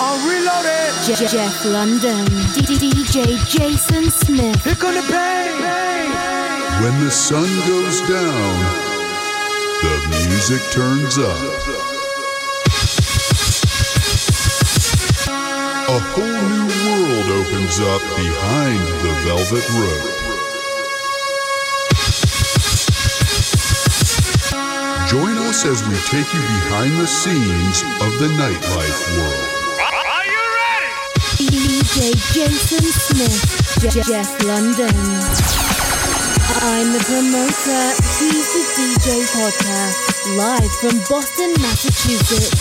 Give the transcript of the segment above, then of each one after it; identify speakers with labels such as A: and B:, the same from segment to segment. A: on, reload it.
B: Je- Jeff London, D- D- DJ Jason Smith,
A: Here come the pain.
C: When the sun goes down, the music turns up. A whole new world opens up behind the velvet rope. Join us as we take you behind the scenes of the nightlife world.
D: Are you ready?
B: DJ Jason Smith, Je- Jeff London. I'm the promoter, he's the DJ podcast, live from Boston, Massachusetts.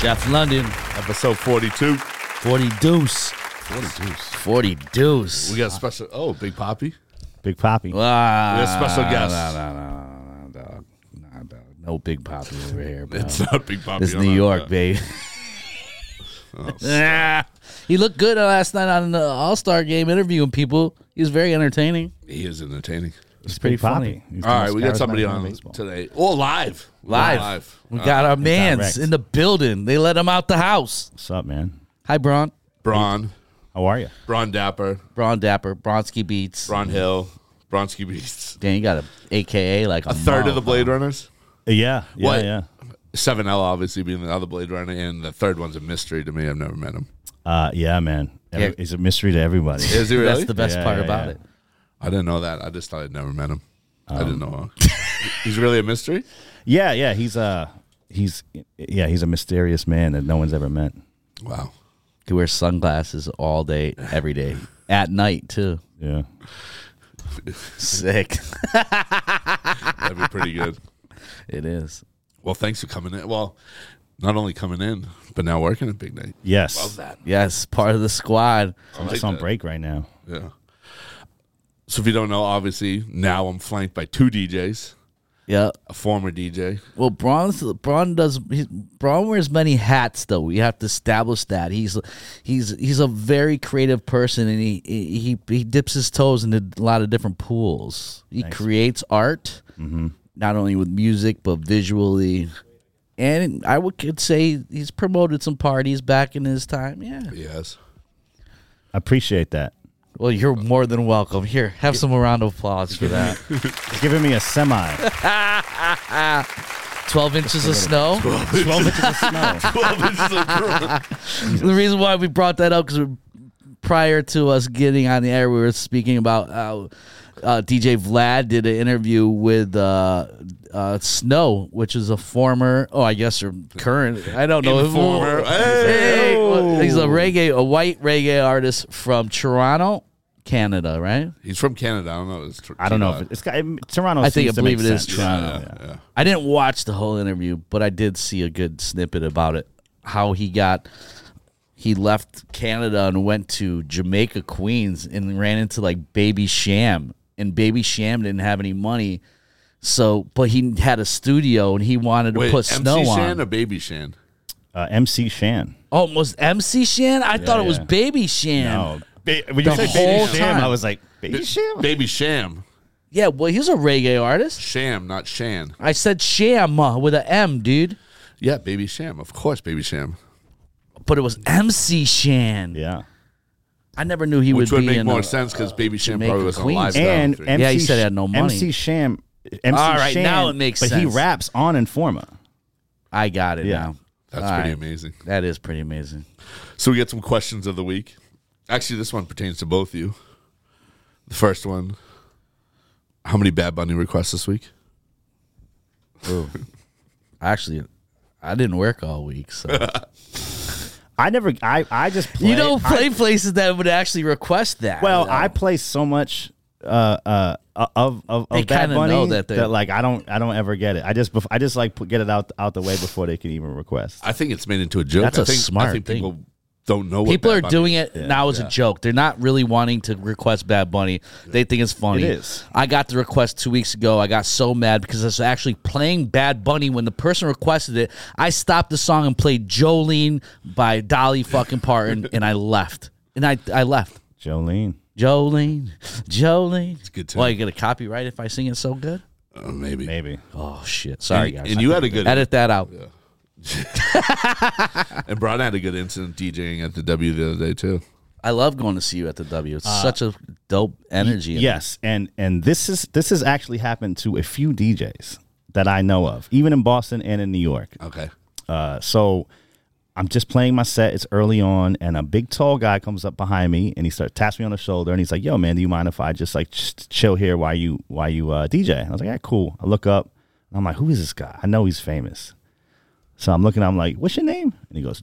E: Jeff London,
F: Episode 42.
E: 40 deuce.
F: 42.
E: 40 deuce.
F: We got special. Oh, Big Poppy.
G: Big Poppy.
E: Wow.
F: We got special guest.
E: Nah, nah, nah, nah, nah, dog. Nah, dog. No big poppy over here, bro.
F: It's not Big Poppy.
E: It's
F: I
E: New
F: don't
E: York,
F: know.
E: babe.
F: Oh,
E: Ah. he looked good last night on the All Star game interviewing people. He was very entertaining.
F: He is entertaining.
G: It's pretty funny. He's the
F: All right,
G: most
F: we got somebody
G: charismatic man in
F: on
G: baseball.
F: today. Or live.
E: Live.
F: We're
E: We
F: Uh,
E: got our mans
G: wrecked.
E: in the building. They let him out the house.
G: What's up, man? Uh,
E: Hi, Braun.
F: Braun.
G: How are you?
F: Braun Dapper.
E: Braun Dapper. Bronsky Beats.
F: Braun Hill. Bronsky Beast.
E: Damn, you got a AKA like a,
F: A third of the
E: motherfucker.
F: Blade Runners.
G: Yeah, yeah,
F: What?
G: yeah.
F: 7L, obviously, being the other Blade Runner. And the third one's a mystery to me. I've never met him.
G: Uh, yeah, man.
E: Yeah.
G: Every, It's a mystery to everybody.
F: Is he really?
E: That's the best
G: Yeah,
E: part
G: yeah,
E: about
G: yeah.
E: it.
F: I didn't know that. I just thought I'd never met him. I didn't know. He's really a mystery?
G: yeah, yeah. He's uh he's yeah he's a mysterious man that no one's ever met.
F: Wow.
E: He wears sunglasses all day, every day, at night too.
G: Yeah.
E: Sick.
F: That'd be pretty good.
E: it is.
F: Well, thanks for coming in. Well, not only coming in, but now working at Big Night.
G: Yes.
F: Love that.
E: Yes, part of the squad.
F: I
G: I'm
F: like
G: just on
F: that.
G: break right now.
F: Yeah. So if you don't know, obviously now I'm flanked by two DJs,
E: Yeah.
F: a former DJ.
E: Well, Braun's, Braun does. He, Braun wears many hats, though. We have to establish that he's he's he's a very creative person, and he he he dips his toes into a lot of different pools. He creates art, not only with music but visually. And I would could say he's promoted some parties back in his time. Yeah.
F: Yes.
G: I appreciate that.
E: Well, you're more than welcome. Here, have some round of applause for that.
G: It's giving me a semi.
E: 12 inches of snow.
G: Twelve inches of snow.
E: the reason why we brought that up because prior to us getting on the air, we were speaking about how uh, DJ Vlad did an interview with uh, uh, Snow, which is a former, oh, I guess, or current. I don't know.
F: Informer.
E: Hey,
F: Hey!
E: well, he's a reggae, a white reggae artist from Toronto, Canada, right?
F: He's from Canada. I don't know. if It's tr-
G: I don't know if it, it's got Toronto.
E: I think I
G: seems to make
E: believe it is
G: sense.
E: Toronto.
G: Yeah, yeah.
E: I didn't watch the whole interview, but I did see a good snippet about it. How he got he left Canada and went to Jamaica, Queens, and ran into like Baby Sham, and Baby Sham didn't have any money. So, but he had a studio and he wanted to
F: Wait,
E: put snow
F: MC Shan
E: on. Oh,
F: or Baby Shan?
G: Uh, MC Shan.
E: Almost MC Shan. I thought it was
G: yeah.
E: Baby Shan.
G: No. Oh, Ba- when you
E: The
G: said
E: whole
G: Baby Sham,
E: time.
G: I was like, Baby Sham?
F: Baby Sham.
E: Yeah, well, he's a reggae artist.
F: Sham, not Shan.
E: I said Sham uh, with a M, dude,
F: Yeah, Baby Sham. Of course, Baby Sham.
E: but it was MC Shan.
G: Yeah.
E: I never knew he
F: Which
E: would
F: would
E: be
F: make
E: in
F: more
E: a-
F: sense because Baby Sham
E: Jamaica,
F: probably was
E: Queens.
F: alive.
G: and
F: then.
G: MC,
E: Yeah, he said he had no money.
G: MC Sham. MC
E: All right,
G: Sham,
E: now it makes
G: but
E: sense.
G: he raps on Informa.
E: I got it
G: Yeah.
E: now.
F: That's
E: All
F: pretty
E: right.
F: amazing.
E: That is pretty amazing.
F: So we get some questions of the week. Actually, this one pertains to both of you. The first one: How many Bad Bunny requests this week?
E: Actually, I didn't work all week, so
G: I never. I I just play.
E: you don't
G: I-
E: play places that would actually request that.
G: well,
E: though.
G: I play so much uh uh of of,
E: They
G: of Bad
E: kinda
G: Bunny
E: know that they're-
G: like I don't I don't ever get it. I just bef- I just like put, get it out out the way before they can even request.
F: I think it's made into a joke.
E: That's
F: I
E: a
F: think,
E: smart
F: I think
E: thing.
F: people don't know what
E: people
F: Bad
E: are
F: Bunny
E: doing
F: is.
E: it now as a joke. They're not really wanting to request Bad Bunny. They think it's funny.
G: It is.
E: I got the request two weeks ago. I got so mad because I was actually playing Bad Bunny when the person requested it. I stopped the song and played Jolene by Dolly fucking Parton, and I left. And I I left.
G: Jolene,
E: Jolene, Jolene. It's
F: good
E: Why you gonna copyright if I sing it so good?
F: Uh, maybe.
G: Maybe.
E: Oh shit! Sorry,
F: And-
E: guys.
F: and you had a good-
E: edit that out.
F: And Braun had a good incident DJing at the W the other day too.
E: I love going to see you at the W.
G: Uh,
E: It's such a dope energy.
G: Yes, and and this is this has actually happened to a few DJs that I know of, even in Boston and in New York.
F: Okay.
G: Uh, so I'm just playing my set. It's early on, and a big tall guy comes up behind me and he starts taps me on the shoulder and he's like, "Yo, man, do you mind if I just like just chill here while you while you uh, DJ?" And I was like, "Yeah, cool." I look up and I'm like, "Who is this guy? I know he's famous." So I'm looking. I'm like, "What's your name?" And he goes,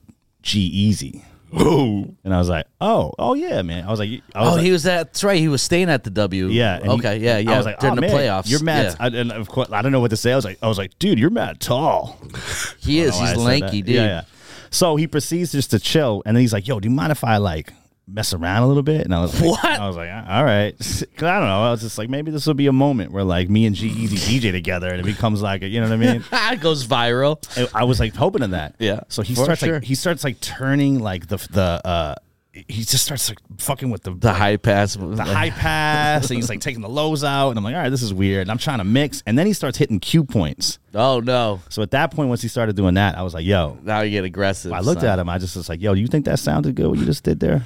G: "G Easy."
F: Oh,
G: And I was like, "Oh, oh yeah, man." I was like, I was
E: Oh,
G: like-
E: he was that. That's right. He was staying at the W.
G: yeah. and he-
E: Okay. yeah. Yeah.
G: I was like,
E: during
G: "Oh,
E: the
G: man,
E: playoffs,
G: You're mad.
E: Yeah.
G: I, and of course, I don't know what to say. I was like, I was like, dude, you're mad tall.
E: he is.
G: know
E: He's
G: why Oh, I said
E: lanky, dude.
G: that. Yeah, yeah. So he proceeds just to chill, and then he's like, "Yo, do you mind if I like mess around a little bit?" And I was like,
E: What?
G: I was like, "Uh, "All right," because I don't know. I was just like, maybe this will be a moment where like me and G E Easy DJ together, and it becomes like, a, you know what I mean?
E: it goes viral.
G: I- I was like hoping of that.
E: Yeah,
G: So he
E: for
G: starts
E: sure.
G: like he starts like turning like the the uh he just starts like fucking with the
E: The high pass.
G: the high pass, and he's like taking the lows out, and I'm like, all right, this is weird. And I'm trying to mix, and then he starts hitting cue points.
E: Oh no!
G: So at that point, once he started doing that, I was like, yo,
E: Now you get aggressive.
G: I looked
E: son.
G: at him. I just was like, "Yo, do you think that sounded good? What you just did there?"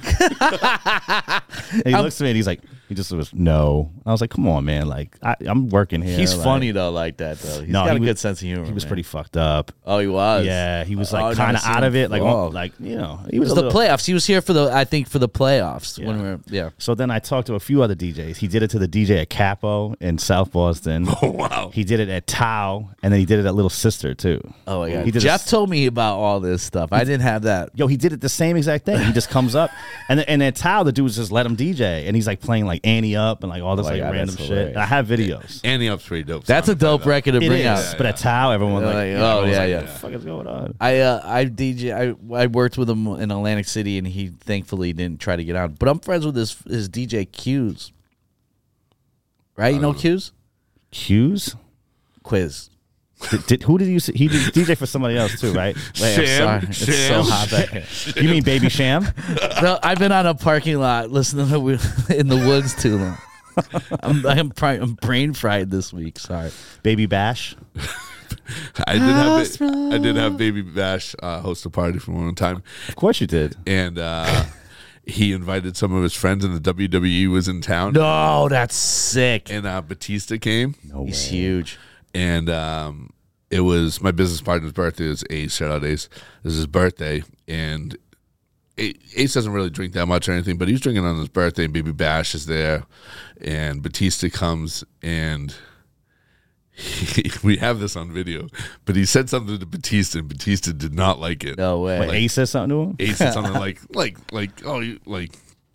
G: and he looks at me and he's like, "He just was no." I was like, "Come on, man! Like, I, I'm working here."
E: He's
G: like-
E: funny though, like that though. He's
G: No,
E: got
G: he
E: a
G: was-
E: good sense of humor.
G: He was
E: man.
G: pretty fucked up.
E: Oh, he was.
G: Yeah, he was like
E: Oh, I've
G: kind
E: never
G: of
E: seen
G: out of
E: him
G: it, like
E: before.
G: on- like you know, he
E: It
G: was,
E: was
G: a
E: the
G: little-
E: playoffs. He was here for the, I think, for the playoffs when
G: Yeah.
E: we were, yeah.
G: So then I talked to a few other DJs. He did it to the DJ at Capo in South Boston.
E: Oh,
F: wow.
G: He did it at Tau, and then he did it at Little Sister too.
E: Oh my
G: He
E: god!
G: did a
E: Jeff
G: s-
E: told me about all this stuff. I didn't have that.
G: Yo, he did it the same exact thing. He just comes up, and and at Tao, the dudes just let him DJ, and he's like playing like Annie up and like all this
E: Oh my
G: like
E: God,
G: random
E: that's
G: shit. And I have videos.
F: And the up's pretty dope.
E: That's a
F: song.
E: dope record to
G: It
E: bring
G: is,
E: out.
G: but at Tao,
E: Like,
G: everyone like,
E: oh,
G: everyone's
E: yeah,
G: like,
E: yeah.
G: What the fuck is going on?
E: I uh, I DJ I, I worked with him in Atlantic City and he thankfully didn't try to get on. But I'm friends with his his DJ Q's. Right? You know Q's?
G: Hughes,
E: Quiz.
G: did, did- who did you? See? He did DJ for somebody else too, right? Wait, I'm
F: Sham,
G: sorry. It's so
F: Sham,
G: hot back here. You mean Baby Sham?
E: No, I've been on a parking lot listening to Wi- in the woods too long. I'm I'm, pri- I'm brain fried this week. Sorry.
G: Baby Bash?
F: I did have ba- I did have Baby Bash uh, host a party for one time,
G: Of course you did.
F: and uh, he invited some of his friends, and the WWE was in town,
E: No, that's sick.
F: and uh, Batista came,
G: No
E: He's huge.
F: and um, it was my business partner's birthday. Is Ace shout out Ace? This is his birthday, and A- Ace doesn't really drink that much or anything, but he's drinking on his birthday. And Baby Bash is there, and Batista comes and. we have this on video, but he said something to Batista, and Batista did not like it.
E: No way.
G: Wait, Ace said something to him.
F: Ace said something like like like oh you like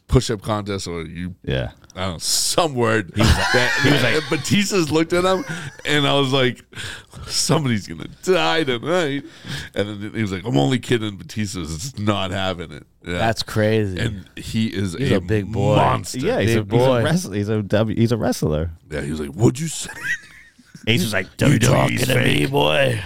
F: push up contest or you
G: Yeah.
F: I don't know some word. He was like, that, he was like Batista's looked at him and I was like somebody's gonna die tonight. And then he was like I'm only kidding. Batista's not having it. Yeah.
E: that's crazy.
F: and he is
E: He's a big boy.
F: monster.
G: Yeah, he's a,
E: Big
G: he's a
E: boy.
G: wrestler. He's a W. He's a wrestler.
F: yeah. He was like, "What'd you say?"
G: Ace was like, "You
E: talking to me, boy.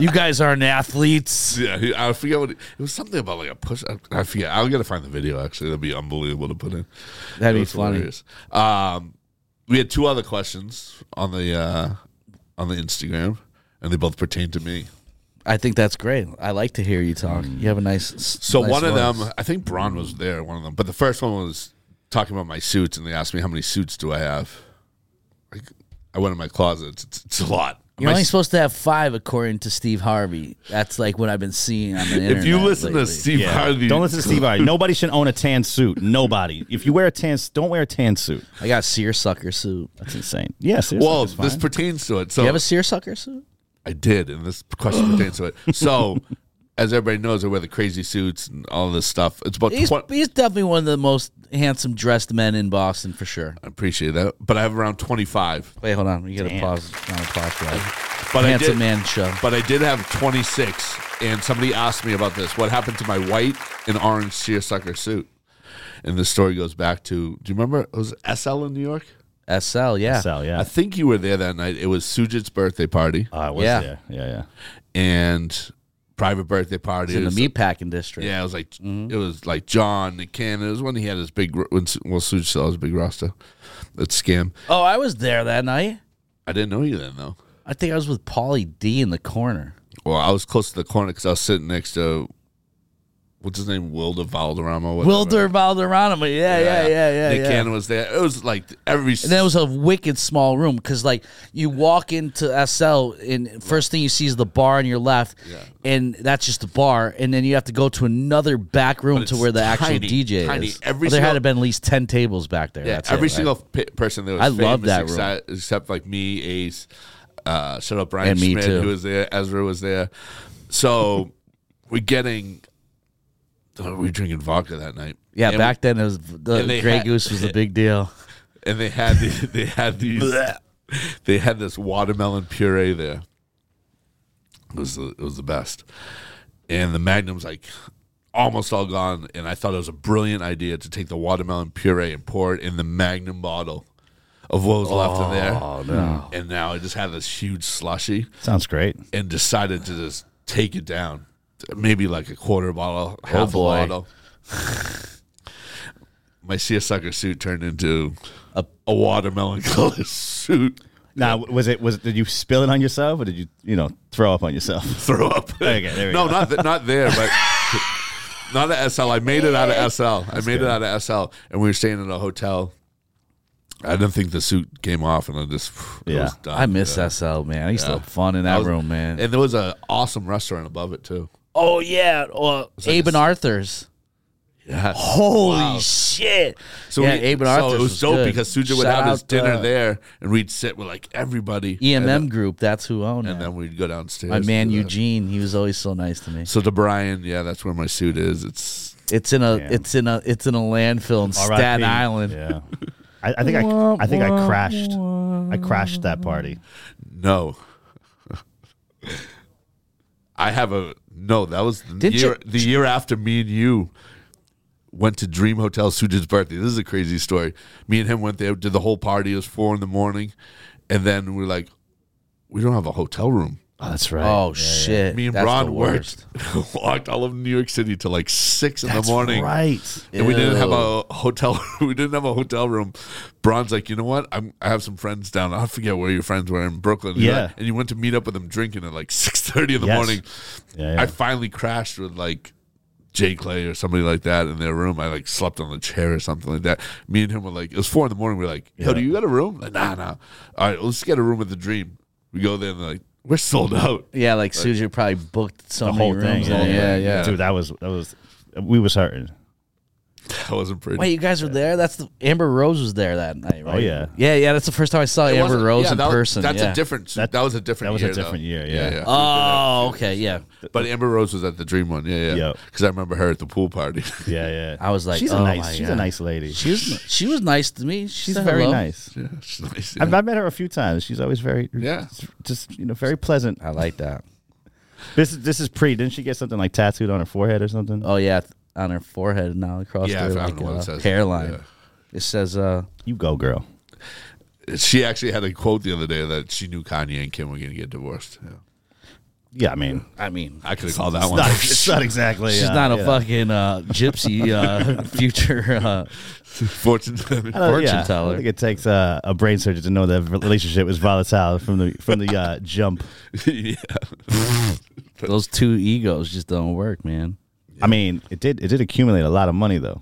E: you guys aren't athletes.
F: Yeah, he, I forget what it, it was. Something about like a push. I, I forget. I'll gotta find the video. Actually, that'd be unbelievable to put in.
E: That'd be
F: That's
E: funny.
F: hilarious. Um, we had two other questions on the uh, on the Instagram, and they both pertain to me.
E: I think that's great. I like to hear you talk. You have a nice. s-
F: Mm. So
E: nice
F: one of
E: voice.
F: them, I think Braun was there. One of them, but the first one was talking about my suits, and they asked me how many suits do I have. Like, I went in my closet. It's, it's a lot.
E: You're
F: My
E: only
F: s-
E: supposed to have five, according to Steve Harvey. That's like what I've been seeing on the internet.
F: if you listen to
E: lately.
F: Steve Harvey,
G: Don't listen to Steve Harvey. Nobody should own a tan suit. Nobody. If you wear a tan, don't wear a tan suit.
E: I got a seersucker suit. Do
G: That's insane. Yes.
F: Well, this pertains to it. So
E: you have a seersucker suit?
F: I did, and this question pertains to it. So, as everybody knows, I wear the crazy suits and all this stuff. It's about
E: He's,
F: twen-
E: he's definitely one of the most handsome dressed men in Boston for sure.
F: I appreciate that, but I have around twenty five.
E: Wait, hold on. You got to
G: Damn.
E: pause. Not applause for that.
F: But I
E: Handsome
F: did,
E: man show.
F: But I did have twenty six, and somebody asked me about this. What happened to my white and orange seersucker suit? And the story goes back to. Do you remember? It was SL in New York.
E: SL, yeah.
G: Sal, yeah.
F: I think you were there that night. It was Sujit's birthday party
G: Uh, I was
E: Yeah.
G: there. Yeah, yeah.
F: and private birthday party.
E: It's in the Mm-hmm.
F: It was-
E: meatpacking district.
F: Yeah, it was like it was like John Nick Cannon. It was when he had his big when well, Suge still had his big roster. That scam.
E: Oh, I was there that night.
F: I didn't know you then, though.
E: I think I was with Paulie D in the corner.
F: Well, I was close to the corner because I was sitting next to what's his name, Wilder Valderrama. whatever.
E: Wilder Valderrama. Yeah, yeah, yeah, yeah.
F: Nick
E: yeah.
F: Cannon was there. It was like every.
E: And that was a wicked small room because, like, you walk into SL, and first thing you see is the bar on your left, and that's just the bar. And then you have to go to another back room
F: But
E: to
F: it's
E: where the
F: tiny,
E: actual DJ
F: tiny.
E: is.
F: Every
E: Well, there had
F: single-
E: to have been at least 10 tables back there.
F: yeah,
E: That's it,
F: every
E: right?
F: single pe- person there was
E: I love
F: famous
E: that
F: exci-
E: room.
F: except, like me, Ace, uh, shut up, Brian
E: And me
F: Schmidt,
E: too.
F: who was there, Ezra was there. So we're getting. Oh, we were drinking vodka that night.
E: Yeah,
F: And
E: back then it was the
F: and they
E: Grey
F: had-
E: Goose was the big deal.
F: and they had the, they had these they had this watermelon puree there. It was the, it was the best, and the Magnum's like almost all gone. And I thought it was a brilliant idea to take the watermelon puree and pour it in the Magnum bottle of what was left in there. Oh no! And now I just had this huge slushy
G: Sounds great.
F: and decided to just take it down, maybe like a quarter bottle, half
E: boy.
F: a bottle. My seersucker suit turned into a, watermelon colored suit.
G: Now, was it was did you spill it on yourself or did you you know throw up on yourself?
F: Throw up.
G: Okay, there we
F: no,
G: go.
F: not th- not there, but not at SL. I made it out of SL. I made it out of SL, and we were staying in a hotel. I didn't think the suit came off, and I just it
G: Yeah.
F: was done.
E: I miss
F: Yeah.
E: SL, man. I used
F: Yeah.
E: to have fun in
F: I
E: that
F: was-
E: room, man.
F: And there was an awesome restaurant above it too.
E: oh, yeah. Well,
F: like
E: Abe
F: a
E: and
F: s-
E: Arthur's.
F: Yeah.
E: Holy shit.
F: So
E: yeah,
F: we-
E: Abe and
F: so
E: Arthur's
F: it was, dope
E: good.
F: because Suja would
E: Shout
F: have his
E: out,
F: dinner
E: uh, E
F: there, and we'd sit with like everybody.
E: EMM
F: and, uh,
E: group. That's who owned
F: and
E: it.
F: then we'd go downstairs.
E: My
F: and
E: man
F: do that.
E: Eugene. He was always so nice to me.
F: So to Brian, yeah, that's where my suit is. It's
E: It's in a.
G: Damn.
E: It's in a. It's in a landfill in
G: R.I.P.
E: Staten Island.
G: Yeah. I, I think I I think I crashed. I crashed that party.
F: no. I have a no. That was the
E: Didn't
F: year,
E: you-
F: the year after me and you went to Dream Hotel Suja's birthday. This is a crazy story. Me and him went there, did the whole party. It was four in the morning, and then we are like, we don't have a hotel room.
G: Oh, that's right.
E: Oh shit!
F: Me and
E: That's the
F: Ron
E: worst.
F: worked, walked all of New York City till like six in
G: that's
F: the morning.
G: Right.
F: And we didn't have
E: Ew.
F: a hotel. We didn't have a hotel room. Bron's like, you know what? I'm, I have some friends down. I forget where your friends were in Brooklyn. And you're
G: Yeah.
F: like- and you went to meet up with them drinking at like six thirty in the
G: Yes.
F: morning.
G: Yeah, yeah.
F: I finally crashed with like Jay Clay or somebody like that in their room. I like slept on the chair or something like that. Me and him were like, it was four in the morning. We are like, yo,
G: Yeah.
F: do you got a room? Like, nah, nah. All right, let's get a room at the Dream. We go there and they're like, we're sold out.
E: Yeah, like Suja probably booked so
G: the
E: many
G: whole thing.
E: rooms. Yeah, yeah, yeah.
G: Dude, that was that was we was hurting.
F: That wasn't pretty.
E: Wait, you guys were there? That's the Amber Rose was there that night, right?
G: Oh, yeah.
E: yeah, yeah. That's the first time I saw
F: It
E: Amber
F: wasn't-
E: Rose
F: yeah,
E: in
F: that was-
E: person.
F: That's
E: yeah.
F: a different.
G: That-
F: That, was a different.
G: that was a
F: year,
G: different year,
F: though.
G: yeah.
E: Oh, okay, yeah.
F: But Amber Rose was at the Dream one. Yeah, yeah.
G: Yeah.
F: Because I remember her at the pool party.
G: Yeah, yeah.
E: I was like,
G: she's
E: oh
G: a nice
E: my
G: she's a
E: God.
G: nice lady.
E: She was she was nice to me. She
G: She's
E: said
G: very
E: hello.
G: nice.
F: yeah, she's nice.
G: I've,
F: yeah.
G: I've met her a few times. She's always very
F: Yeah.
G: just you know very pleasant.
E: I like that.
G: This is this is pre. Didn't she get something like tattooed on her forehead or something?
E: Oh yeah, th- on her forehead now across
F: Yeah, I
E: her
F: found
E: like,
F: one that
E: uh,
F: says-
E: hairline.
F: yeah.
E: It says uh
G: You go, girl.
F: She actually had a quote the other day that she knew Kanye and Kim were going to get divorced. Yeah.
G: Yeah, I mean,
E: I mean
F: I could have called that
G: it's
F: one.
G: not, it's not exactly.
E: she's
G: uh,
E: not a
G: yeah.
E: fucking uh gypsy uh future uh
F: Fortune.
G: I don't-
E: fortune
G: yeah,
E: teller.
G: I think it takes uh, a brain surgeon to know that relationship is volatile from the from the uh, jump.
F: yeah.
E: those two egos just don't work, man.
G: I mean, it did it did accumulate a lot of money though.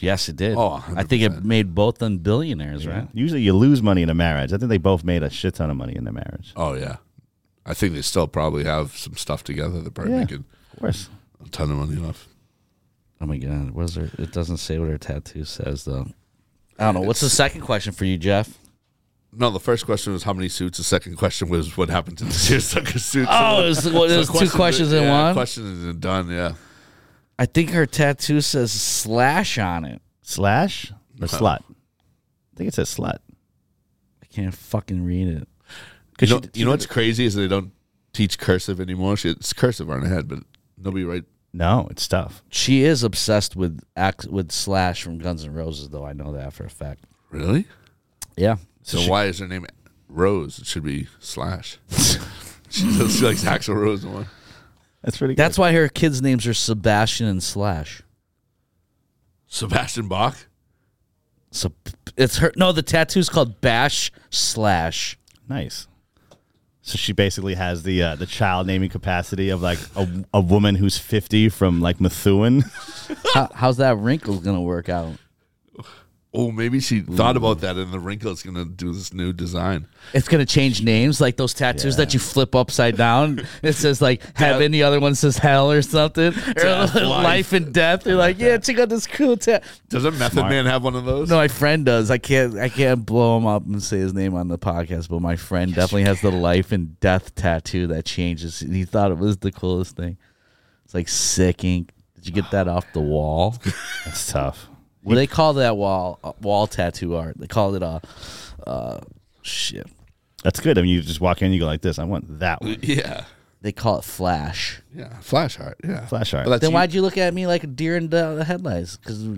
E: Yes, it did.
F: Oh,
E: I think it
F: 100%.
E: made both them billionaires, right?
G: Usually, you lose money in a marriage. I think they both made a shit ton of money in their marriage.
F: Oh yeah. I think they still probably have some stuff together. They're probably
G: Yeah.
F: making
G: Of course.
F: a ton of money off.
E: Oh my god, what is her? It doesn't say what her tattoo says though. I don't know. What's the second question for you, Jeff?
F: No, the first question was how many suits. The second question was what happened to the seersucker suit.
E: Oh, it's, well, there's two questions in
F: yeah,
E: one.
F: Questions and done. Yeah.
E: I think her tattoo says slash on it.
G: Slash or slut? I think it says slut.
E: I can't fucking read it.
F: You
G: Cause
F: know,
G: she-
F: you know what's crazy is they don't teach cursive anymore. She, it's cursive on her head, but nobody write.
G: No, it's tough.
E: She is obsessed with ac- with Slash from Guns N' Roses, though I know that for a fact.
F: Really?
E: Yeah,
F: So why is her name Rose? It should be Slash. she, does- she likes Axel Rose more.
G: That's pretty.
E: that's why her kids' names are Sebastian and Slash.
F: Sebastian Bach.
E: So it's her. No, the tattoo's called Bash Slash.
G: Nice. So she basically has the uh, the child naming capacity of like a, a woman who's fifty from like Methuen.
E: How, how's that wrinkle gonna work out?
F: Oh, maybe she thought about that, and the wrinkle is gonna do this new design.
E: It's gonna change names, like those tattoos that you flip upside down. It says like heaven, the other one says hell or something, or life.
F: Death, life.
E: and death. You're like, yeah, check out this cool tattoo.
F: Doesn't Method
G: Smart.
F: Man have one of those?
E: No, my friend does. I can't. I can't blow him up and say his name on the podcast, but my friend definitely has the life and death tattoo that changes. And he thought it was the coolest thing. It's like sick ink. Did you get that off the wall?
G: That's tough.
E: What do they call that wall uh, wall tattoo art? They called it a uh, shit.
G: That's good. I mean, you just walk in, you go like this. I want that one.
F: Yeah,
E: They call it flash.
F: yeah. Flash art. Yeah,
G: Flash art.
F: But that's
E: Then
F: you-
E: why'd you look at me like a deer in the headlights? Because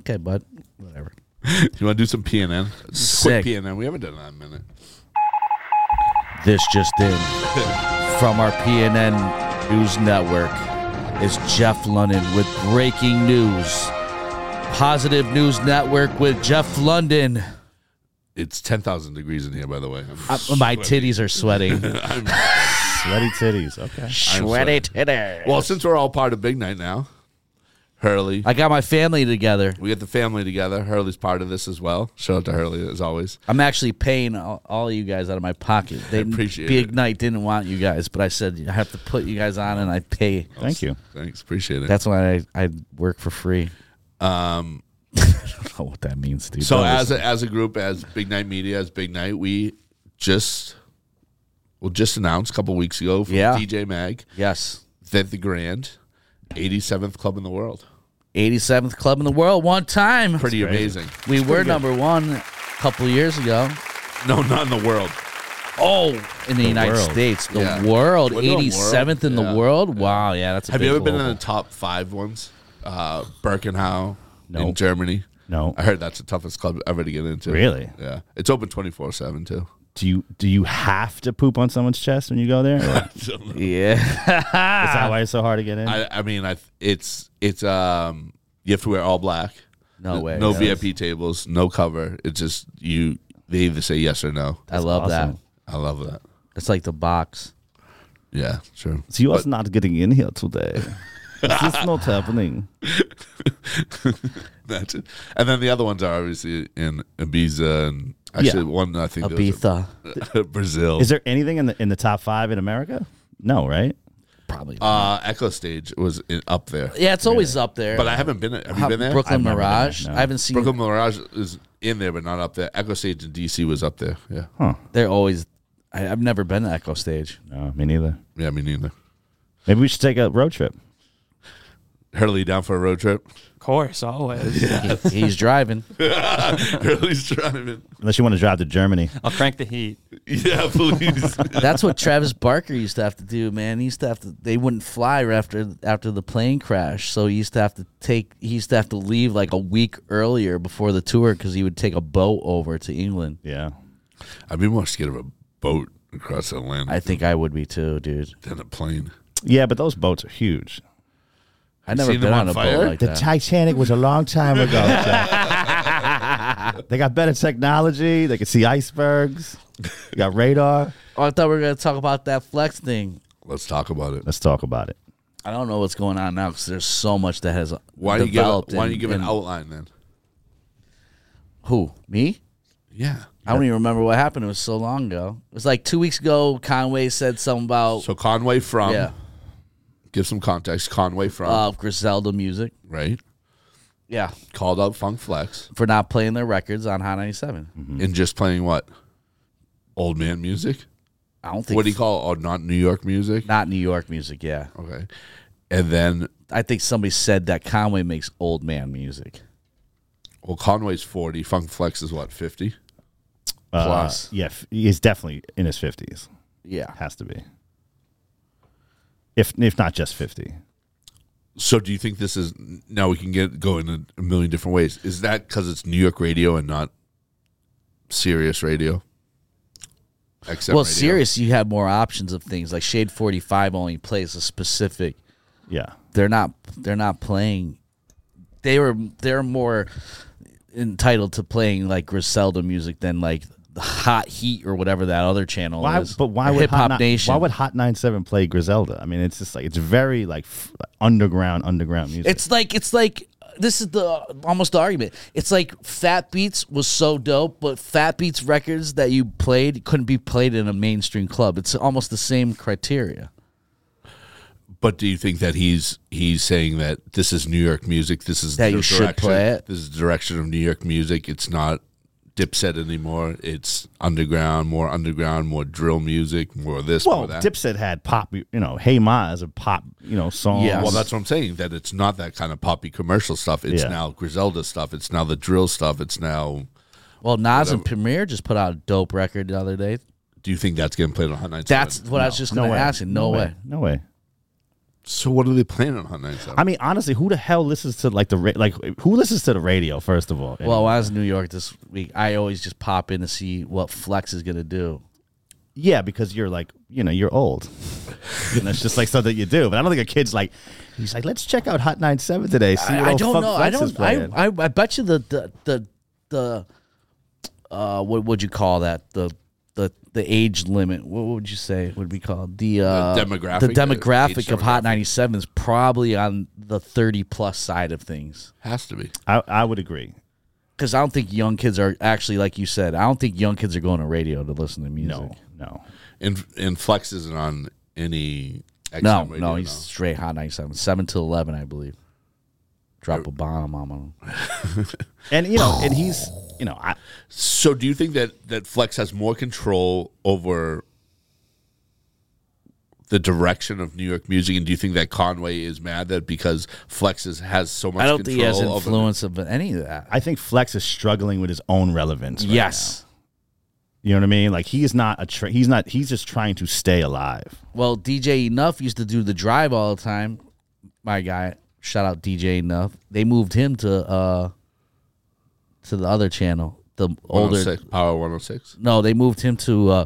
E: okay, bud, whatever.
F: You want to do some PNN? Just
E: Sick.
F: Quick PNN. We haven't done that in a minute.
E: This just in from our PNN News Network is Jeff London with breaking news. Positive News Network with Jeff London.
F: It's ten thousand degrees in here, by the way. I'm
E: Uh, my titties are sweating.
G: Sweaty titties. Okay.
E: Sweaty titties.
F: well, since we're all part of Big Night now, Hurley,
E: I got my family together.
F: we get the family together. Hurley's part of this as well. Shout out to Hurley as always.
E: I'm actually paying all, all you guys out of my pocket. They,
F: appreciate
E: Big
F: it.
E: Night didn't want you guys, but I said I have to put you guys on, and I pay.
G: Thank you.
F: Thanks, appreciate it.
E: That's why I, I work for free. Um, I don't know what that means, dude.
F: So
E: That was-
F: as a, as a group, as Big Night Media, as Big Night, we just well just announced a couple weeks ago from
E: Yeah.
F: DJ Mag
E: yes,
F: that the Grand, eighty seventh club in the world.
E: 87th club in the world. One time,
F: Pretty amazing.
E: we were number one a couple years ago.
F: No, not in the world.
E: Oh, in the, United
G: world.
E: States, the
F: Yeah.
E: world,
F: We're doing
E: 87th in
F: world.
E: the
F: Yeah.
E: world. Wow, yeah, that's. A
F: Have
E: big
F: you ever been in
E: global.
F: the top five ones? Uh, Birkenau
G: No.
F: in Germany.
G: No.
F: I heard that's the toughest club ever to get into.
G: Really?
F: Yeah. It's open twenty four seven too.
G: Do you do you have to poop on someone's chest when you go there? Or is
E: Yeah,
G: that why it's so hard to get in?
F: I, I mean, I it's it's um you have to wear all black.
E: no way.
F: no
E: That was-
F: VIP tables, no cover. It's just you. They either say yes or no.
E: I love that.
G: awesome.
F: I love that.
E: It's like the box.
F: Yeah, sure.
G: so you are not getting in here today. this is not happening.
F: That's it. And then the other ones are obviously in Ibiza and actually
G: Yeah.
F: one I think there
E: Ibiza,
F: was a- Brazil.
G: Is there anything in the in the top five in America? No, right?
E: probably.
F: uh, Echo Stage was in, up there,
E: yeah, it's always up there.
F: but I haven't been. Have you
E: How-
F: been there?
E: Brooklyn
G: I've never been
E: Mirage.
G: there, no.
E: I haven't seen.
F: Brooklyn Mirage is in there, but not up there. Echo Stage in DC was up there. Yeah,
E: They're always. I, I've never been to Echo Stage.
G: No, me neither.
F: yeah, me neither.
G: Maybe we should take a road trip.
F: Hurley down for a road trip.
A: Of course, always.
E: He- he's driving.
F: Hurley's driving.
G: Unless you want to drive to Germany.
E: Oh.
A: I'll crank the heat.
F: Yeah, please.
E: That's what Travis Barker used to have to do, man. He used to have to. They wouldn't fly after after the plane crash, so he used to have to take. He used to have to leave like a week earlier before the tour because he would take a boat over to England.
G: Yeah.
F: I'd be more scared of a boat across the land
E: I think I would be too, dude.
F: than a plane.
G: Yeah, but those boats are huge.
E: I never
F: seen
E: been on
F: them on
E: a boat
F: fire?
E: like
G: The
E: that.
G: Titanic was a long time ago. Jack. they got better technology. They could see icebergs. You got radar.
E: oh, I thought we were gonna talk about that flex thing.
F: Let's talk about it.
G: Let's talk about it.
E: I don't know what's going on now because there's so much that has
F: Why do you give?
E: developed.
F: Why don't you
E: and-
F: give an
E: and-
F: outline then?
E: Who me?
F: Yeah.
E: I don't even remember what happened. It was so long ago. It was like two weeks ago. Conway said something about
F: So um, Conway from.
E: yeah,
F: Give some context. Conway from
E: uh, Griselda music.
F: right
E: Yeah,
F: called out Funk Flex
E: for not playing their records on Hot 97.
F: and just playing what old man music.
E: I don't think
F: What do you call? It? Oh, not New York music.
E: not New York music. Yeah,
F: Okay. And then,
E: I think somebody said that Conway makes old man music.
F: well, Conway's forty. Funk Flex is what fifty.
G: Uh,
E: Plus.
G: yeah, f- he's definitely in his fifties.
E: Yeah,
G: Has to be. If if not just fifty.
F: So, do you think this is now? We can get go in a, a million different ways. Is that because it's New York radio and not serious radio? Except
E: well, serious. You have more options of things like Shade 45 only plays a specific.
G: Yeah.
E: They're not. They're not playing. They were. They're more entitled to playing like Griselda music than like Hot Heat or whatever that other channel
G: Why,
E: is.
G: but why
E: or
G: would
E: Hip Hop
G: Hot Ni-
E: Nation?
G: Why would Hot 97 play Griselda? I mean, it's just like it's very like f- underground, underground music.
E: It's like it's like this is the almost the argument. It's like Fat Beats was so dope, but Fat Beats records that you played couldn't be played in a mainstream club. It's almost the same criteria.
F: But do you think that he's he's saying that this is New York music? This is
E: That
F: the
E: you should play it?
F: This is the direction of New York music. It's not Dipset anymore. It's underground, more underground, more drill music, more this,
G: well,
F: more that.
G: Dipset had pop. You know, Hey Ma is a pop. You know, song.
E: Yeah.
F: well, that's what I'm saying. That it's not that kind of poppy commercial stuff. It's
G: Yeah.
F: now Griselda stuff. It's now the drill stuff. It's now.
E: Well, Nas and Premier just put out a dope record the other day.
F: Do you think that's getting played on Hot 97?
E: That's what I was just going to ask you. No, way.
G: No way.
F: so. What are they playing on Hot 97?
G: I mean, honestly, who the hell listens to like the ra- like who listens to the radio? First of all,
E: Well, when I was in New York this week, I always just pop in to see what Flex is going to do.
G: yeah, because you're like you know you're old, and it's just like something you do. But I don't think a kid's like he's like let's check out Hot 97 today. See what
E: I, I
G: old
E: don't
G: Fun
E: know. I
G: Flex is
E: don't. I,
G: playing."
E: I I bet you the the the, the uh what would you call that the the the age limit? What would you say would be called the uh
F: demographic,
E: The
F: the
E: demographic
F: age
E: of Hot ninety seven is probably on the thirty plus side of things.
F: Has to be.
G: I, I would agree.
E: Because I don't think young kids are actually like you said. I don't think young kids are going to radio to listen to music.
G: No, no.
F: And and Flex isn't on any. XM
E: No,
F: radio
E: no, he's
F: now.
E: straight hot 97. 7 to 11, I believe. Drop a bomb on him.
G: And you know, and he's you know, I,
F: So do you think that that Flex has more control over the direction of New York music, and do you think that Conway is mad that because Flex is, has so much?
E: I don't
F: control
E: think he has
F: over-
E: influence of any of that.
G: I think Flex is struggling with his own relevance. right
E: yes.
G: now. you know what I mean. Like he is not a tra- he's not he's just trying to stay alive.
E: Well, DJ Enough used to do the drive all the time. My guy, shout out DJ Enough. They moved him to uh to the other channel, the older.
F: 106, Power 106.
E: No, they moved him to uh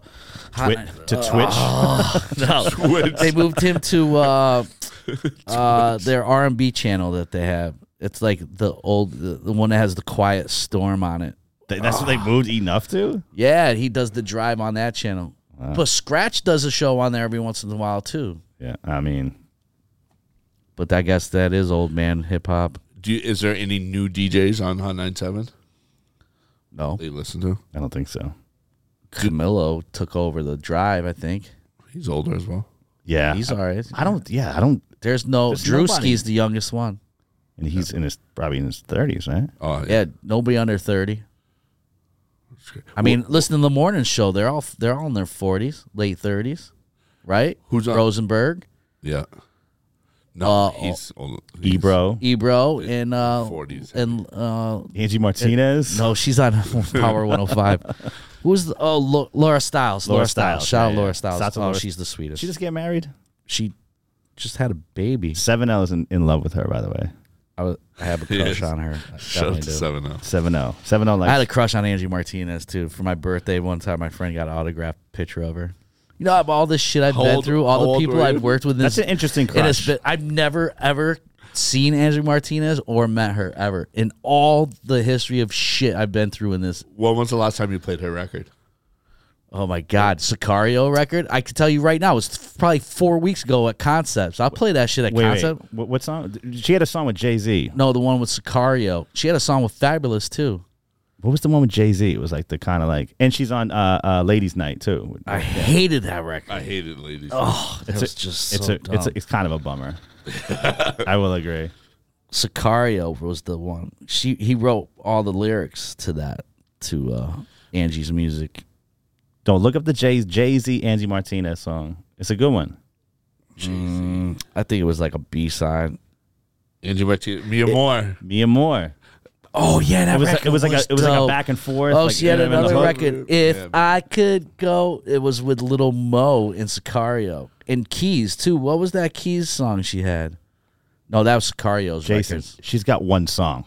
E: Hot-
G: Twi- to Twitch,
E: no. Oh. they moved him to uh, uh, their R and B channel that they have. It's like the old, the, the one that has the Quiet Storm on it.
G: Th- that's what they moved enough to.
E: Yeah, he does the drive on that channel. But Scratch does a show on there every once in a while too.
G: Yeah, I mean,
E: But I guess that is old man hip hop.
F: Do you, is there any new DJs on Hot 97
E: No,
F: that you listen to?
G: I don't think so.
E: Camilo took over the drive. I think
F: He's older as well.
G: Yeah,
E: he's all right.
G: Uh, I don't. Yeah, I don't.
E: There's no
G: There's nobody.
E: Drewski's the youngest one.
G: And he's in his probably in his thirties, right?
F: Oh, yeah.
E: Yeah, nobody under thirty. I mean, listen to the morning show. They're all they're all in their forties, late thirties, right?
F: Who's on-
E: Rosenberg,
F: yeah. No,
E: Uh,
F: he's old. he's-
G: Ebro,
E: Ebro, and uh,
F: 40s.
E: and uh,
G: Angie Martinez.
E: no, she's on Power 105. Who's the, oh Lo- Laura Stiles? Laura, Stiles.
G: Laura Stiles,
E: Shout out
G: yeah,
E: Laura
G: yeah.
E: Stiles.
G: Shout out to
E: oh,
G: Laura-
E: she's the sweetest.
G: she just get married.
E: she just had a baby.
G: Seven L is in, in love with her, by the way.
E: I, was, I have a crush
F: Yes.
E: on her. I
F: Shout
E: definitely
F: out to
E: do.
F: 7 0.
G: Seven L. Seven L.
E: I had
G: Like
E: a crush on Angie Martinez too. For my birthday, one time my friend got an autographed picture of her. You know, of all this shit I've
F: How
E: been
F: old-
E: through,
F: how
E: all the
F: old
E: people
F: were you?
E: I've worked with. in
G: that's
E: this-
G: an interesting
E: It has
G: crush.
E: been, I've never ever seen Angie Martinez or met her ever in all the history of shit I've been through in this.
F: When was the last time you played her record?
E: Oh my God, Sicario record! I could tell you right now, it's probably four weeks ago at Concepts. I'll play that shit at
G: wait, wait.
E: Concept.
G: What, what song? She had a song with Jay Z.
E: No, the one with Sicario. She had a song with Fabulous too.
G: What was the one with Jay Z? It was like the kind of like, and she's on uh, uh Ladies Night too.
E: I hated that record.
F: I hate it, ladies.
E: Oh, that was
G: a-
E: just
G: it's
E: so
G: a,
E: dumb.
G: it's a, it's kind of a bummer. I will agree.
E: Sicario was the one. She he wrote all the lyrics to that to uh, Angie's music.
G: Don't look up the Jay Jay Z Angie Martinez song. It's a good one.
E: I think it was like a B side.
F: Angie Martinez. Mia Moore.
G: Mia Moore.
E: Oh yeah, that
G: It was
E: record
G: like, it was like a it was like a
E: dope.
G: back and forth.
E: Oh,
G: like,
E: she had
G: you know what I mean?
E: another
G: The whole-
E: record. If I could go, it was with Little Mo and Sicario and Keys too. What was that Keys song she had? No, that was Sicario's
G: Jason,
E: records.
G: she's got one song.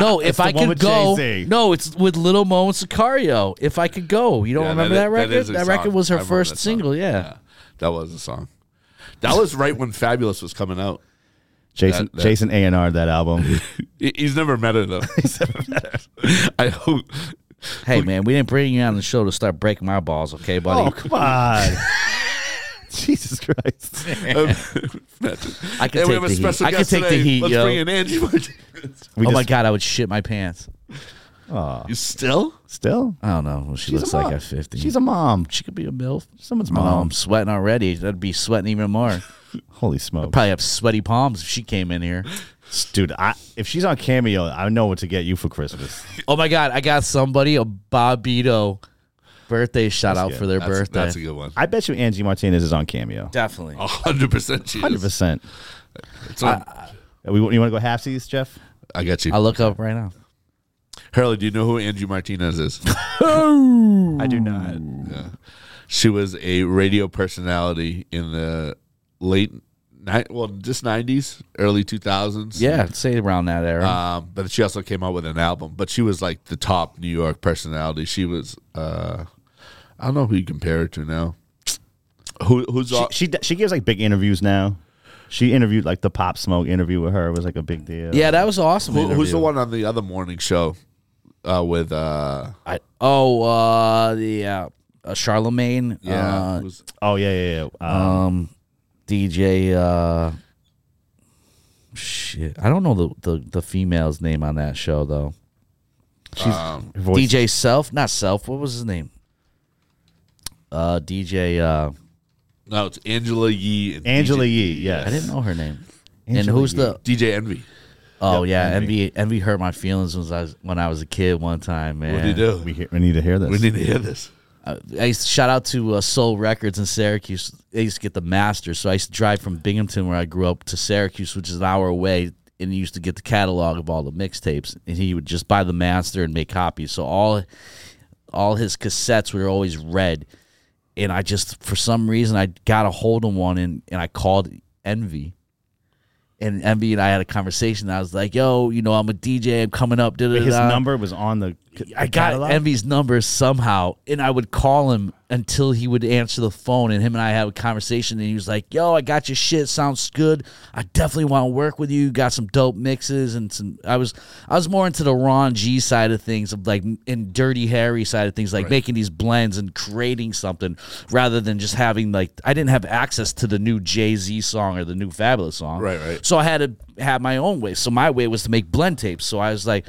E: No, if
G: the
E: I
G: one
E: could
G: with
E: go.
G: Jay-Z.
E: No, it's with Little Mo and Sicario. If I could go, you don't
F: Yeah,
E: remember
F: i-
E: that, record?
F: is
E: That,
F: a
E: record
F: song.
E: was
F: I
E: her
F: remember
E: first
F: that song.
E: single. Yeah.
F: That was a song. That was right when Fabulous was coming out.
G: Jason
F: That- that-
G: Jason A and R that album.
F: He- He's never met her though. I hope
E: Hey man, we didn't bring you on the show to start breaking my balls, okay, buddy?
G: Oh, come on. Jesus Christ.
E: I can
F: and Oh, we
E: take
F: have
E: the
F: a
E: heat.
F: special
E: I can
F: guest
E: take the
F: today.
E: heat,
F: Let's
E: yo.
F: bring in Angie. Martinez.
G: We
E: oh my
G: just-
E: god, I would shit my pants. Oh.
F: you still?
G: Still?
E: I don't know. She
G: She's
E: looks
G: a mom.
E: like at fifty.
G: She's a mom.
E: she could be a milf.
G: Someone's
E: Oh,
G: mom.
E: I'm sweating already. I'd be sweating even more.
G: Holy smoke.
E: Probably have sweaty palms if she came in here.
G: Dude, I, if she's on Cameo, I know what to get you for Christmas.
E: Oh my god, I got somebody a Bobito birthday shout out
G: good.
E: for their
F: That's,
E: birthday.
F: that's a good Oh. one.
G: I bet you Angie Martinez is on Cameo.
E: Definitely.
F: A hundred percent she is.
G: 100%.
F: It's on-
G: We, you want to go halfsies, Jeff?
F: I got you.
E: I'll look up right now.
F: Hurley, do you know who Angie Martinez is?
D: I do not.
F: she was a radio personality in the late ni- well, just nineties, early two thousands.
E: Yeah, say around that era.
F: Um, but she also came out with an album. But she was like the top New York personality. She was uh I don't know who you compare her to now. Who who's
G: She,
F: all,
G: she she gives like big interviews now. She interviewed like the Pop Smoke interview with her was like a big deal.
E: yeah, that was awesome.
F: who, who's the
E: interview.
F: one on the other morning show? Uh, with uh
E: I, oh, uh, the uh, uh, Charlemagne,
F: yeah
E: uh,
F: who's-
G: Oh yeah, yeah, yeah. Uh,
E: um, DJ. Uh, shit, I don't know the, the the female's name on that show though.
G: she's
F: um,
G: her voice-
E: DJ Self, not Self. What was his name? Uh, DJ. Uh,
F: no it's Angela Yee and
G: Angela
F: DJ,
G: Yee. Yes,
E: I didn't know her name. and
G: Angela
E: who's the?
F: DJ Envy.
E: Oh yeah, envy. Envy hurt my feelings when I was when I was a kid. One time, man.
F: What do you do?
G: We, hear, we need to hear this.
F: We need to hear this.
E: I used to shout out to uh, Soul Records in Syracuse. They used to get the master, so I used to drive from Binghamton, where I grew up, to Syracuse, which is an hour away, and used to get the catalog of all the mixtapes. And he would just buy the master and make copies. So all all his cassettes were always red. And I just, for some reason, I got a hold of one and, and I called Envy. And Envy and I had a conversation. I was like, yo, you know, I'm a DJ. I'm coming up. da, da,
G: His
E: da."
G: number was on the.
E: I got
G: catalog?
E: Envy's number somehow, and I would call him until he would answer the phone, and him and I had a conversation, and he was like, "Yo, I got your shit. Sounds good. I definitely want to work with you. Got some dope mixes and some." I was I was more into the Ron G side of things, of like and Dirty Harry side of things, like making these blends and creating something rather than just having like I didn't have access to the new Jay Z song or the new Fabulous song,
F: Right, right.
E: so I had to have my own way. So my way was to make blend tapes. So I was like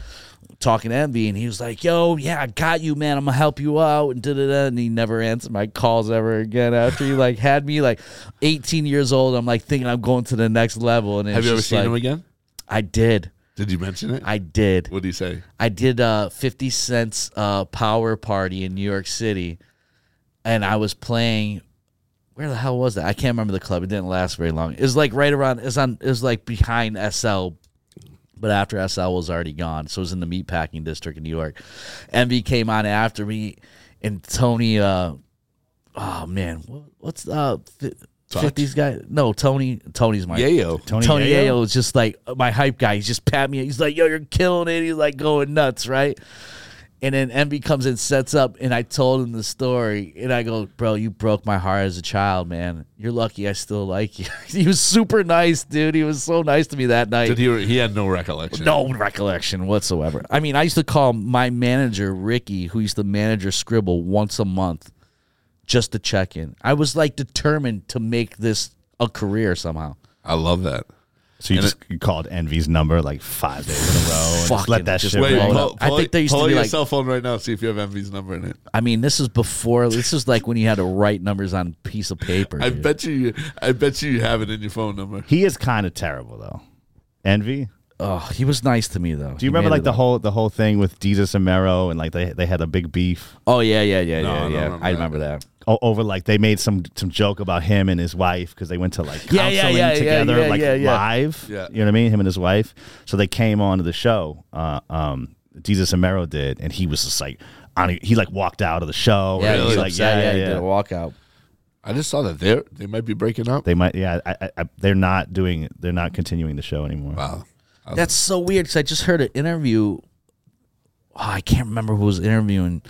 E: talking to Envy, and he was like, "Yo, yeah, I got you, man. I'm gonna help you out." And da da da. And he never answered my calls ever again after he like had me like 18 years old. I'm like thinking I'm going to the next level. And it's
F: Have you ever
E: just
F: seen
E: like-
F: him again?
E: I did.
F: Did you mention it?
E: I did.
F: what do you say?
E: I did a 50 cents uh, power party in New York City, and I was playing. Where the hell was that? I can't remember the club. It didn't last very long. It was like right around. It was on. It was like behind SL, but after SL was already gone, so it was in the meatpacking district in New York. Envy came on after me, and Tony. Uh, oh man, what, what's uh fifties guy? No, Tony. Tony's my
F: Yayo.
G: Tony,
E: Tony
G: Yayo?
E: Ayo is just like uh, my hype guy. He's just pat me. He's like, "Yo, you're killing it." He's like going nuts, right? And then Envy comes and sets up, and I told him the story, and I go, "Bro, you broke my heart as a child, man. You're lucky I still like you." he was super nice, dude. He was so nice to me that night.
F: Did he? He had no recollection.
E: no recollection whatsoever. I mean, I used to call my manager Ricky, who used to manager Scribble once a month, just to check in. I was like determined to make this a career somehow.
F: I love that.
G: So you
F: And
G: just you called Envy's number like five days in a row. And just
E: Fucking
G: let that
E: just
G: shit
E: Wait,
G: roll.
E: blown
F: pull,
E: up. I
F: pull-
E: think they used to
F: pull
E: be
F: your
E: like-
F: cell phone right now. See if you have Envy's number in it.
E: I mean, this is before. This is like when you had to write numbers on a piece of paper.
F: I
E: dude.
F: bet you. I bet you you have it in your phone number.
G: He is kind of terrible though. Envy.
E: Oh, he was nice to me though.
G: Do you remember like the whole the whole thing with Jesus and Mero and like they they had a big beef
E: Oh yeah, yeah, yeah,
F: No,
E: yeah,
F: I don't
E: yeah.
F: remember
E: I
F: that.
E: remember that.
G: o- over like they made some some joke about him and his wife because they went to like
E: Yeah,
G: counseling
E: yeah, yeah, yeah,
G: together
E: yeah,
G: like
E: yeah, yeah.
G: live.
F: Yeah.
G: You know what I mean? Him and his wife. So they came on to the show. Uh, um, Jesus and Mero did, and he was just like on. He like walked out of the show.
E: Yeah,
G: and
E: he
G: he
E: was
G: like,
E: upset. Yeah, he did a walkout.
F: I just saw that they they might be breaking up.
G: They might. Yeah, I, I, I, they're not doing. They're not continuing the show anymore.
F: wow.
E: That's so weird because I just heard an interview. Oh, I can't remember who was interviewing.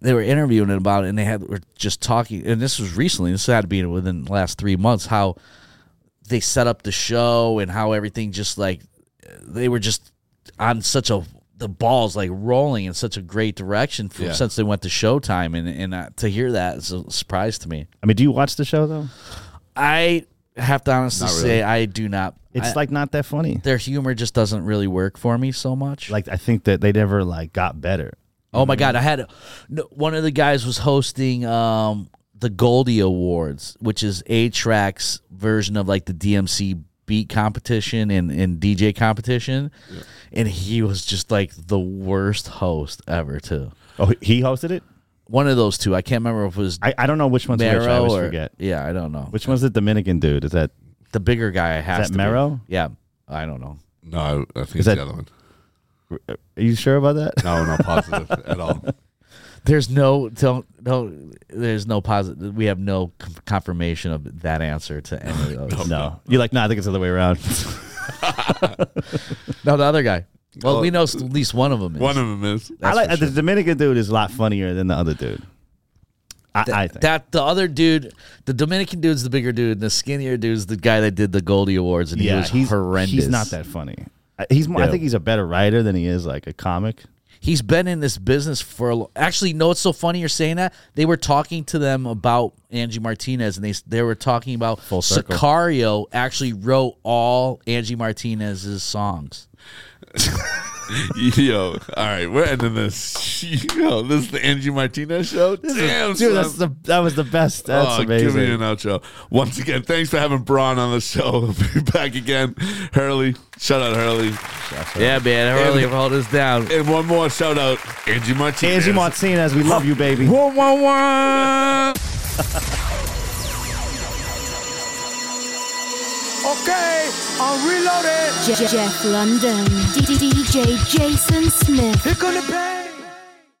E: They were interviewing about it, and they had were just talking. And this was recently. This had to be within the last three months. How they set up the show and how everything just like they were just on such a the ball's like rolling in such a great direction from,
F: Yeah.
E: since they went to Showtime, and and uh, to hear that is a surprise to me.
G: I mean, do you watch the show though?
E: I have to honestly
F: Not really.
E: say I do not.
G: It's
E: I-
G: like not that funny.
E: their humor just doesn't really work for me so much.
G: Like I think that they never like got better.
E: Oh my god, I had no, one of the guys was hosting um the Goldie Awards, which is A Track's version of like the DMC beat competition and, and DJ competition. And he was just like the worst host ever too.
G: Oh, he hosted it.
E: One of those two. I can't remember if it was
G: I, I don't know which one's which. I
E: Mero
G: always
E: or
G: forget.
E: Yeah, I don't know.
G: Which one's the Dominican dude? Is that
E: the bigger guy has
G: that
E: to be.
G: Mero?
E: Yeah. I don't know.
F: No, I, I
G: Is
F: think it's
G: that-
F: the other one.
G: Are you sure about that?
F: No, not positive at all.
E: There's no don't no there's no positive we have no com- confirmation of that answer to any of those.
G: No. You're like, no, I think it's the other way around.
E: No, the other guy. Well,
F: Oh.
E: we know s- at least one of them. Is.
F: One of them is.
G: I
E: That's
G: like
E: for
G: the
E: sure.
G: Dominican dude is a lot funnier than the other dude. I, I think.
E: that the other dude, the Dominican dude's the bigger dude, and the skinnier dude's the guy that did the Goldie Awards, and he was horrendous.
G: He's not that funny. I- He's more, I
E: Yeah.
G: think he's a better writer than he is like a comic.
E: He's been in this business for a lo- actually. No, it's so funny you're saying that. They were talking to them about Angie Martinez, and they s- they were talking about
G: circle.
E: Sicario actually wrote all Angie Martinez's songs.
F: Yo, all right, we're ending this. Yo, this is the Angie Martinez show. Damn,
G: Dude, that's
F: son.
G: the that was the best. That's
F: oh,
G: amazing.
F: Give me an outro. Once again, thanks for having Braun on the show. We'll be back again. Hurley, shout out Hurley.
E: Yeah, man, I really hold this down.
F: And one more shout out, Angie Martinez.
G: Angie Martinez, we love you, baby.
F: Wah, wah, wah.
D: Okay, I'm reloaded.
B: Je- Jeff London, DJ Jason Smith.
D: Here come the band.